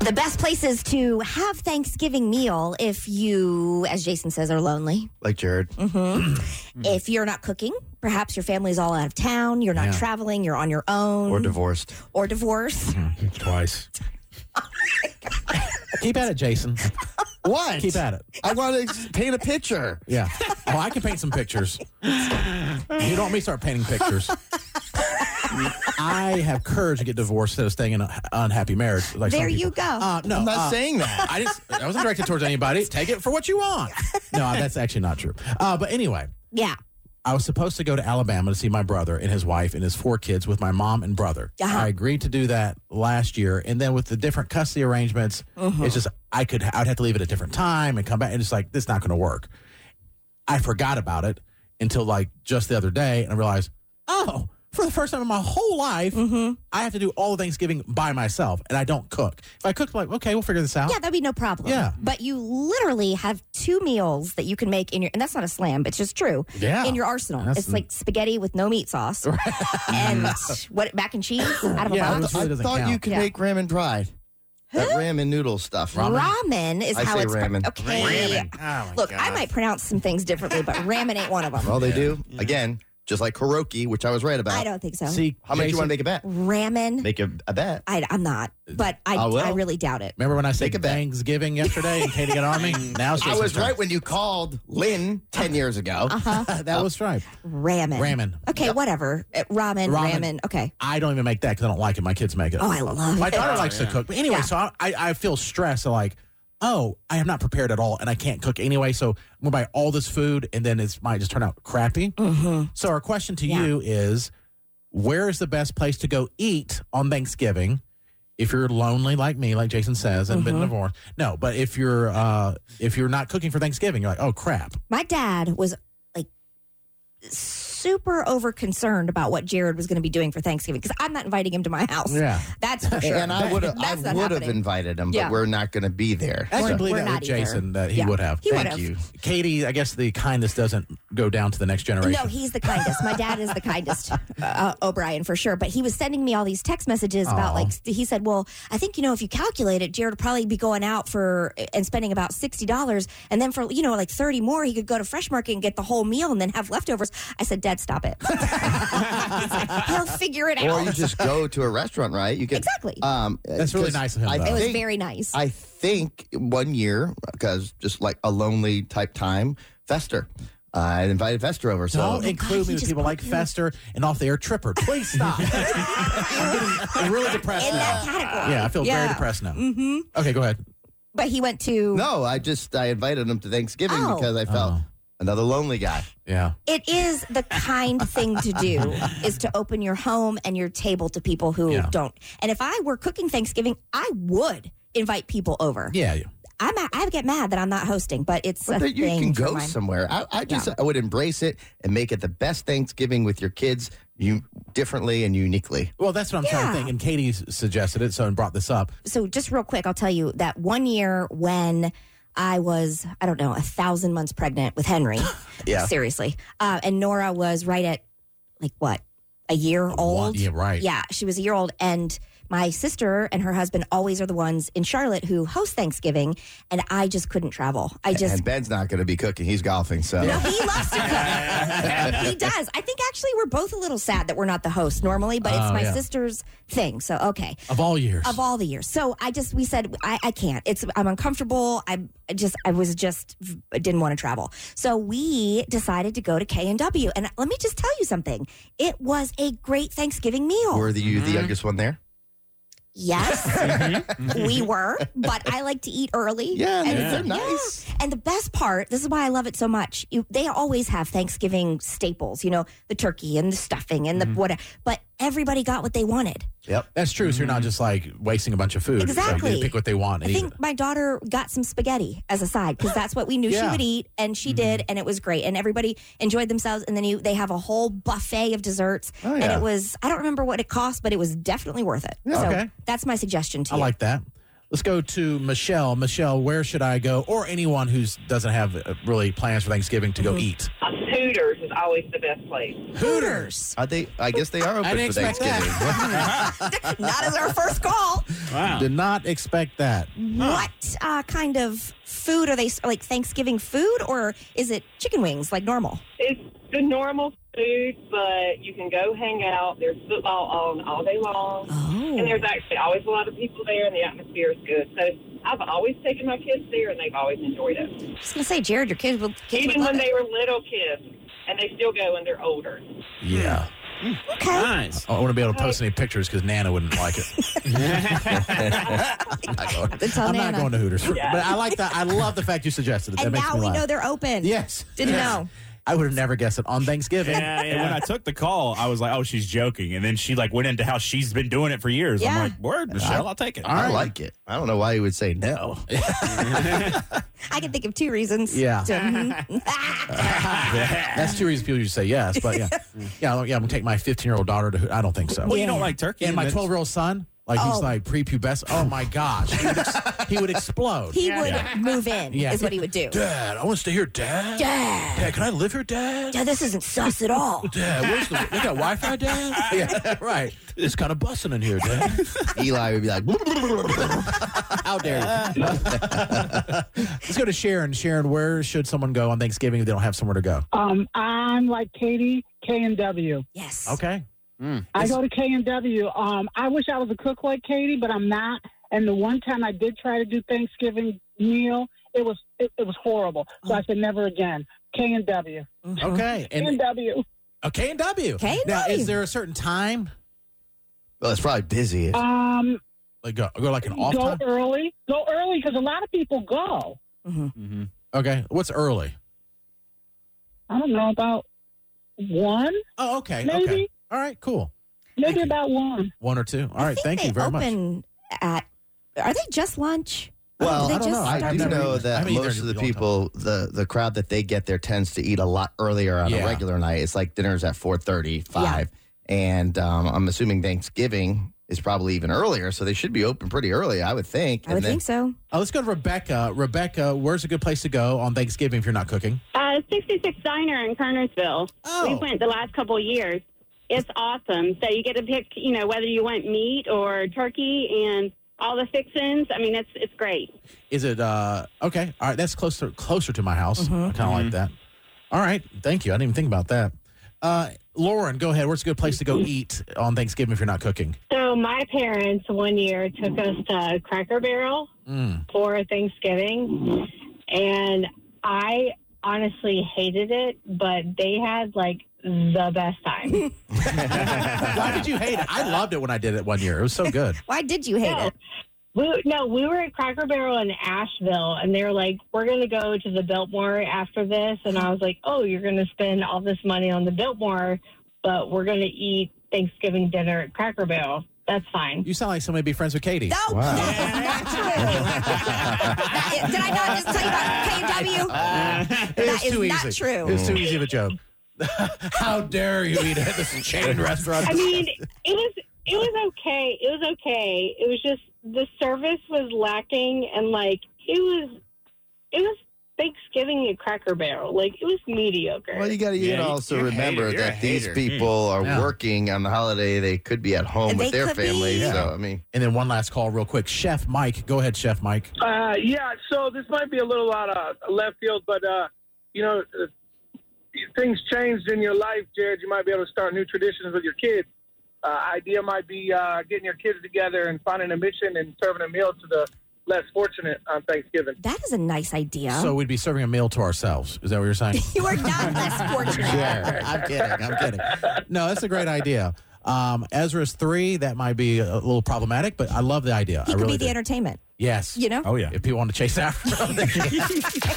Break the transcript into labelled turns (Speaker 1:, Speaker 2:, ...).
Speaker 1: The best places to have Thanksgiving meal if you, as Jason says, are lonely.
Speaker 2: Like Jared. Mm-hmm.
Speaker 1: If you're not cooking, perhaps your family's all out of town, you're not
Speaker 2: Yeah.
Speaker 1: traveling, you're on your own
Speaker 3: Mm-hmm.
Speaker 2: Or Mm-hmm. divorced.
Speaker 1: or divorced.
Speaker 3: Twice. Keep at it, Jason.
Speaker 2: What?
Speaker 3: Keep at it.
Speaker 2: I want to paint a picture.
Speaker 3: Yeah. Oh, I can paint some pictures. You don't want me to start painting pictures. I have courage to get divorced instead of staying in an unhappy marriage. Like some
Speaker 1: There you
Speaker 3: people.
Speaker 1: go.
Speaker 3: Uh, no,
Speaker 2: I'm not
Speaker 3: uh,
Speaker 2: saying that.
Speaker 3: I just I wasn't directed towards anybody. Take it for what you want. No, that's actually not true. Uh, but anyway,
Speaker 1: Yeah.
Speaker 3: I was supposed to go to Alabama to see my brother and his wife and his four kids with my mom and brother.
Speaker 1: Uh-huh.
Speaker 3: I agreed to do that last year, and then with the different custody arrangements,
Speaker 1: Mm-hmm.
Speaker 3: it's just I could I'd have to leave at a different time and come back, and it's like this is not going to work. I forgot about it until like just the other day, and I realized, oh, for the first time in my whole life,
Speaker 1: Mm-hmm.
Speaker 3: I have to do all Thanksgiving by myself, and I don't cook. If I cook, like okay, we'll figure this out.
Speaker 1: Yeah, that'd be no problem.
Speaker 3: Yeah.
Speaker 1: But you literally have two meals that you can make in your, and that's not a slam, it's just true.
Speaker 3: Yeah.
Speaker 1: In your arsenal.
Speaker 3: That's-
Speaker 1: it's like spaghetti with no meat sauce and what, mac and cheese out of a
Speaker 3: Yeah,
Speaker 1: box.
Speaker 3: This really
Speaker 2: I
Speaker 3: doesn't
Speaker 2: thought you
Speaker 3: count.
Speaker 2: could
Speaker 1: Yeah.
Speaker 2: make ramen pride. That ramen noodle stuff.
Speaker 1: Ramen, is
Speaker 2: I
Speaker 1: how
Speaker 2: say
Speaker 1: it's pre-
Speaker 2: ramen.
Speaker 1: okay.
Speaker 3: Oh, my
Speaker 1: Look, I
Speaker 3: God.
Speaker 1: might pronounce some things differently, but ramen ain't one of them.
Speaker 2: Well, they do. Again, just like karaoke, which I was right about.
Speaker 1: I don't think so.
Speaker 3: see
Speaker 2: How much you
Speaker 3: Jason,
Speaker 2: want to make a bet?
Speaker 1: ramen.
Speaker 2: Make a, a bet.
Speaker 1: I, I'm not, but I,
Speaker 2: I will.
Speaker 1: I, really doubt it.
Speaker 3: Remember when I said
Speaker 2: Take a bet.
Speaker 3: Thanksgiving yesterday and Katie got on me? Now it's
Speaker 2: I
Speaker 3: Jason's
Speaker 2: was
Speaker 3: turn. Uh-huh.
Speaker 2: right when you called Lynn 10 years ago.
Speaker 3: that
Speaker 1: Oh.
Speaker 3: was right.
Speaker 1: Ramen.
Speaker 3: Ramen.
Speaker 1: Okay, whatever. Uh, Ramen, ramen.
Speaker 3: Ramen.
Speaker 1: Okay.
Speaker 3: I don't even make that because I don't like it. My kids make it.
Speaker 1: Oh, I love
Speaker 3: My
Speaker 1: it.
Speaker 3: daughter likes to cook. But anyway, so I, I I feel stressed. So like, oh, I am not prepared at all, and I can't cook anyway. So I'm gonna buy all this food, and then it might just turn out crappy. So our question to
Speaker 1: Yeah.
Speaker 3: you is, where is the best place to go eat on Thanksgiving? If you're lonely like me, like Jason says, and
Speaker 1: Mm-hmm.
Speaker 3: been divorced, no. But if you're uh, if you're not cooking for Thanksgiving, you're like, oh crap.
Speaker 1: My dad was like super over concerned about what Jared was going to be doing for Thanksgiving because I'm not inviting him to my house.
Speaker 3: Yeah.
Speaker 1: That's
Speaker 3: Uh,
Speaker 1: for sure.
Speaker 2: And I would have I
Speaker 1: That's not
Speaker 2: would have
Speaker 1: happening.
Speaker 2: invited him, but
Speaker 1: Yeah.
Speaker 2: we're not going to be there.
Speaker 3: I
Speaker 1: We're-
Speaker 3: can believe
Speaker 1: we're
Speaker 3: that
Speaker 1: not
Speaker 3: with Jason
Speaker 1: either.
Speaker 3: that he
Speaker 1: Yeah.
Speaker 3: would have.
Speaker 1: He would
Speaker 2: Thank
Speaker 1: have.
Speaker 2: you.
Speaker 3: Katie, I guess the kindness doesn't go down to the next generation.
Speaker 1: No, he's the kindest. My dad is the kindest, uh, O'Brien for sure. But he was sending me all these text messages about
Speaker 3: Aw.
Speaker 1: like he said, well, I think you know if you calculate it, Jared would probably be going out for and spending about sixty dollars, and then for you know like thirty more, he could go to Fresh Market and get the whole meal and then have leftovers. I said, Dad, stop it. He's like, He'll figure it
Speaker 2: Or
Speaker 1: out.
Speaker 2: you just go to a restaurant, right? You get
Speaker 1: Exactly.
Speaker 2: Um,
Speaker 3: That's really
Speaker 2: 'cause
Speaker 3: nice of him,
Speaker 2: I
Speaker 3: though.
Speaker 1: it was
Speaker 2: think-
Speaker 1: very nice.
Speaker 2: I think one year, because just like a lonely type time, Fester. I invited Fester over. So
Speaker 3: Don't
Speaker 1: God,
Speaker 3: include
Speaker 1: he
Speaker 3: me with
Speaker 1: just
Speaker 3: people
Speaker 1: put
Speaker 3: like
Speaker 1: you-
Speaker 3: Fester and off the air Tripper. Please stop. I'm, getting, I'm really depressed
Speaker 1: in that
Speaker 3: now.
Speaker 1: category.
Speaker 3: Yeah, I feel very depressed now. Mm-hmm. Okay, go ahead.
Speaker 1: But he went to.
Speaker 2: No, I just I invited him to Thanksgiving
Speaker 1: Oh.
Speaker 2: because I felt another lonely guy.
Speaker 3: Yeah.
Speaker 1: It is the kind thing to do is to open your home and your table to people who
Speaker 3: Yeah.
Speaker 1: don't. And if I were cooking Thanksgiving, I would invite people over.
Speaker 3: Yeah. yeah.
Speaker 1: I'm a- I get mad that I'm not hosting, but it's a
Speaker 2: But you
Speaker 1: thing
Speaker 2: can
Speaker 1: for
Speaker 2: go
Speaker 1: mine.
Speaker 2: somewhere. I, I just I would embrace it and make it the best Thanksgiving with your kids, you differently and uniquely.
Speaker 3: Well, that's what I'm trying
Speaker 1: Yeah.
Speaker 3: to think. And Katie s- suggested it, so and brought this up.
Speaker 1: so just real quick, I'll tell you that one year when I was, I don't know, a thousand months pregnant with Henry.
Speaker 2: Yeah.
Speaker 1: Seriously. Uh, and Nora was right at like what? A year old?
Speaker 3: yeah, right.
Speaker 1: Yeah. She was a year old. And my sister and her husband always are the ones in Charlotte who host Thanksgiving. And I just couldn't travel. I just
Speaker 2: and Ben's not going to be cooking; he's golfing. So
Speaker 1: no, he loves to cook. he does. I think actually we're both a little sad that we're not the host normally, but it's
Speaker 3: Oh,
Speaker 1: my
Speaker 3: yeah.
Speaker 1: sister's thing. So okay,
Speaker 3: Of all years.
Speaker 1: of all the years. So I just we said I, I can't. It's I'm uncomfortable. I I just I was just I didn't want to travel. So we decided to go to K and W. And let me just tell you something. It was a great Thanksgiving meal.
Speaker 2: were the, you
Speaker 3: Mm-hmm.
Speaker 2: the youngest one there?
Speaker 1: Yes, we were, but I like to eat early.
Speaker 2: Mm-hmm. Yeah,
Speaker 1: and
Speaker 2: they're- they're nice.
Speaker 1: yeah. And the best part, this is why I love it so much. You, they always have Thanksgiving staples, you know, the turkey and the stuffing and the
Speaker 2: Mm-hmm.
Speaker 1: whatever. But everybody got what they wanted.
Speaker 2: Yep.
Speaker 3: that's true. So you're not just like wasting a bunch of food. It's
Speaker 1: Mm.
Speaker 3: like,
Speaker 1: Exactly.
Speaker 3: you pick what they want.
Speaker 1: I
Speaker 3: And eat
Speaker 1: think
Speaker 3: it.
Speaker 1: my daughter got some spaghetti as a side because that's what we knew she
Speaker 3: Yeah. Mm-hmm.
Speaker 1: would eat, and she did, and it was great, and everybody enjoyed themselves. And then you, they have a whole buffet of desserts,
Speaker 2: Oh,
Speaker 1: and
Speaker 2: yeah.
Speaker 1: it was—I don't remember what it cost, but it was definitely worth it. so
Speaker 3: okay.
Speaker 1: that's my suggestion to
Speaker 3: I
Speaker 1: you.
Speaker 3: like that. Let's go to Michelle.
Speaker 4: Mm-hmm.
Speaker 3: Michelle, where should I go? Or anyone who doesn't have uh, really plans for Thanksgiving to go eat.
Speaker 5: Hooters is always the best place.
Speaker 1: Hooters.
Speaker 2: Are they? I guess they are open
Speaker 3: I didn't
Speaker 2: for
Speaker 3: expect
Speaker 2: Thanksgiving.
Speaker 1: Not as our first call.
Speaker 4: Wow.
Speaker 3: Did not expect that.
Speaker 1: What uh, kind of food are they? Like Thanksgiving food, or is it chicken wings like normal?
Speaker 5: It's the normal food, but you can go hang out. There's football on all day long. And
Speaker 1: Oh,
Speaker 5: there's actually always a lot of people there, and the atmosphere is good. So I've always taken my kids there, and they've always enjoyed it.
Speaker 1: I was gonna say, Jared, your kids will. Kids would
Speaker 5: Even
Speaker 1: love
Speaker 5: when
Speaker 1: it.
Speaker 5: they were little kids, and they still go when they're older.
Speaker 3: Yeah.
Speaker 1: okay.
Speaker 4: Nice.
Speaker 3: I want to be able to post any pictures because Nana wouldn't like it. I'm not going-
Speaker 1: It's on
Speaker 3: I'm not
Speaker 1: Nana.
Speaker 3: going to Hooters.
Speaker 5: Yeah.
Speaker 3: But I like that. I love the fact you suggested it. that
Speaker 1: And
Speaker 3: makes
Speaker 1: now
Speaker 3: me
Speaker 1: we
Speaker 3: laugh.
Speaker 1: know they're open.
Speaker 3: Yes.
Speaker 1: Didn't
Speaker 3: Yes.
Speaker 1: know.
Speaker 3: I would have never guessed it on Thanksgiving.
Speaker 4: Yeah,
Speaker 6: And when
Speaker 4: yeah.
Speaker 6: I took the call, I was like, "Oh, she's joking," and then she like went into how she's been doing it for years.
Speaker 1: Yeah.
Speaker 6: I'm like, "Word, Michelle, I'll take it."
Speaker 3: All
Speaker 2: I
Speaker 3: right.
Speaker 2: like it. I don't know why he would say no.
Speaker 1: I can think of two reasons.
Speaker 3: Yeah.
Speaker 1: to- Mhm.
Speaker 3: That's two reasons people usually say yes, but yeah, yeah, I- yeah. I'm gonna take my 15 year old daughter to. Hoot- I don't think so.
Speaker 6: Well, you don't like turkey,
Speaker 3: and my
Speaker 6: that's-
Speaker 3: 12 year old son, like
Speaker 1: Oh.
Speaker 3: he's like prepubescent. Oh my gosh, he would, ex- he would explode.
Speaker 1: he would move in.
Speaker 3: Yeah.
Speaker 1: Is what he would do.
Speaker 3: Dad, I want to stay here, Dad.
Speaker 1: Dad.
Speaker 3: Dad, can I live here, Dad?
Speaker 1: Yeah, this isn't sus at all.
Speaker 3: Dad, where's the they got Wi Fi, Dad? yeah, right. It's kind of bussing in here, Dad.
Speaker 2: Eli would be like,
Speaker 3: How dare you? Let's go to Sharon. Sharon, where should someone go on Thanksgiving if they don't have somewhere to go?
Speaker 7: Um, I'm like Katie, K and W.
Speaker 1: Yes.
Speaker 3: Okay.
Speaker 7: I go to K and W. Um, I wish I was a cook like Katie, but I'm not. And the one time I did try to do Thanksgiving meal, it was it, it was horrible. So I said never again. K and W.
Speaker 1: Mhm.
Speaker 3: Okay.
Speaker 7: K and
Speaker 3: And uh,
Speaker 7: W.
Speaker 3: K and W.
Speaker 1: K&W.
Speaker 3: Now, is there a certain time?
Speaker 2: well, it's probably busy.
Speaker 1: Oh,
Speaker 7: Um,
Speaker 3: Like uh, go, go like an off
Speaker 7: go
Speaker 3: time?
Speaker 7: early. Go early because a lot of people go.
Speaker 1: Mhm.
Speaker 3: Mm-hmm.
Speaker 4: Mhm.
Speaker 3: Okay. What's early?
Speaker 7: I don't know about one,
Speaker 3: Oh, okay.
Speaker 7: maybe,
Speaker 3: Okay. All right. Cool.
Speaker 7: maybe about one.
Speaker 3: One or two. All
Speaker 1: I
Speaker 3: right.
Speaker 1: think
Speaker 3: Thank
Speaker 1: they
Speaker 3: you very much.
Speaker 1: open At are they just lunch?
Speaker 2: Well,
Speaker 1: do they
Speaker 2: I
Speaker 3: don't
Speaker 1: just
Speaker 3: know.
Speaker 1: start
Speaker 3: I
Speaker 2: I do
Speaker 3: I've
Speaker 1: dinner?
Speaker 3: never
Speaker 2: know
Speaker 3: eaten- I
Speaker 2: that
Speaker 3: haven't eaten
Speaker 2: most of
Speaker 3: there
Speaker 2: the
Speaker 3: in a long
Speaker 2: people, the the crowd that they get there tends to eat a lot earlier on
Speaker 3: Yeah.
Speaker 2: a regular night. It's like dinner's at four thirty five, and um, I'm assuming Thanksgiving is probably even earlier, so they should be open pretty early, I would think.
Speaker 1: I would think so.
Speaker 3: Uh, let's go to Rebecca. Rebecca, where's a good place to go on Thanksgiving if you're not cooking?
Speaker 8: Uh, 66 Diner in Kernersville.
Speaker 3: Oh.
Speaker 8: We went the last couple of years. It's awesome. So you get to pick, you know, whether you want meat or turkey and all the fixins. I mean, it's it's great.
Speaker 3: Is it uh okay? All right, that's closer closer to my house.
Speaker 1: Mm-hmm.
Speaker 3: I kind of like that. All right, thank you. I didn't even think about that. Uh, Lauren, go ahead. Where's a good place to go eat on Thanksgiving if you're not cooking?
Speaker 9: So my parents one year took us to Cracker Barrel
Speaker 3: Mm.
Speaker 9: for Thanksgiving, and I honestly hated it, but they had like the best time.
Speaker 3: Why did you hate it? I loved it when I did it one year. It was so good.
Speaker 1: Why did you hate
Speaker 9: No.
Speaker 1: it?
Speaker 9: we, no, we were at Cracker Barrel in Asheville, and they were like, "We're going to go to the Biltmore after this," and I was like, "Oh, you're going to spend all this money on the Biltmore, but we're going to eat Thanksgiving dinner at Cracker Barrel. That's fine."
Speaker 3: You sound like somebody be friends with Katie.
Speaker 1: No, that is not true. Did I not just tell you about KW?
Speaker 3: It
Speaker 1: That
Speaker 3: was
Speaker 1: is
Speaker 3: too
Speaker 1: not
Speaker 3: easy.
Speaker 1: true.
Speaker 3: It was too easy of a joke. How dare you eat at this chain restaurant?
Speaker 9: I mean, it was it was okay. It was okay. It was just the service was lacking, and like it was, it was Thanksgiving at Cracker Barrel. Like it was mediocre.
Speaker 2: Well, you got to
Speaker 4: Yeah, you-
Speaker 2: also
Speaker 4: you're a
Speaker 2: remember
Speaker 4: hater. You're a
Speaker 2: that these
Speaker 4: hater. Hmm.
Speaker 2: people are
Speaker 3: Yeah.
Speaker 2: working on the holiday. They could be at home
Speaker 1: And
Speaker 2: with
Speaker 1: they
Speaker 2: their
Speaker 1: could be-
Speaker 2: family.
Speaker 1: Yeah.
Speaker 2: So, I mean,
Speaker 3: and then one last call, real quick. Chef Mike, go ahead, Chef Mike.
Speaker 10: Uh, yeah, so this might be a little out of left field, but uh, you know, uh, things changed in your life, Jared. You might be able to start new traditions with your kids. Uh, idea might be uh, getting your kids together and finding a mission and serving a meal to the less fortunate on Thanksgiving.
Speaker 1: That is a nice idea.
Speaker 3: So we'd be serving a meal to ourselves. Is that what you're saying?
Speaker 1: you are not less fortunate.
Speaker 3: Sure. I'm kidding. I'm kidding. No, that's a great idea. Um, Ezra's three, that might be a little problematic, but I love the idea.
Speaker 1: He
Speaker 3: I
Speaker 1: could
Speaker 3: really
Speaker 1: be the
Speaker 3: do.
Speaker 1: entertainment,
Speaker 3: Yes. Oh,
Speaker 1: you know?
Speaker 6: Oh yeah.
Speaker 3: If people want to chase after him.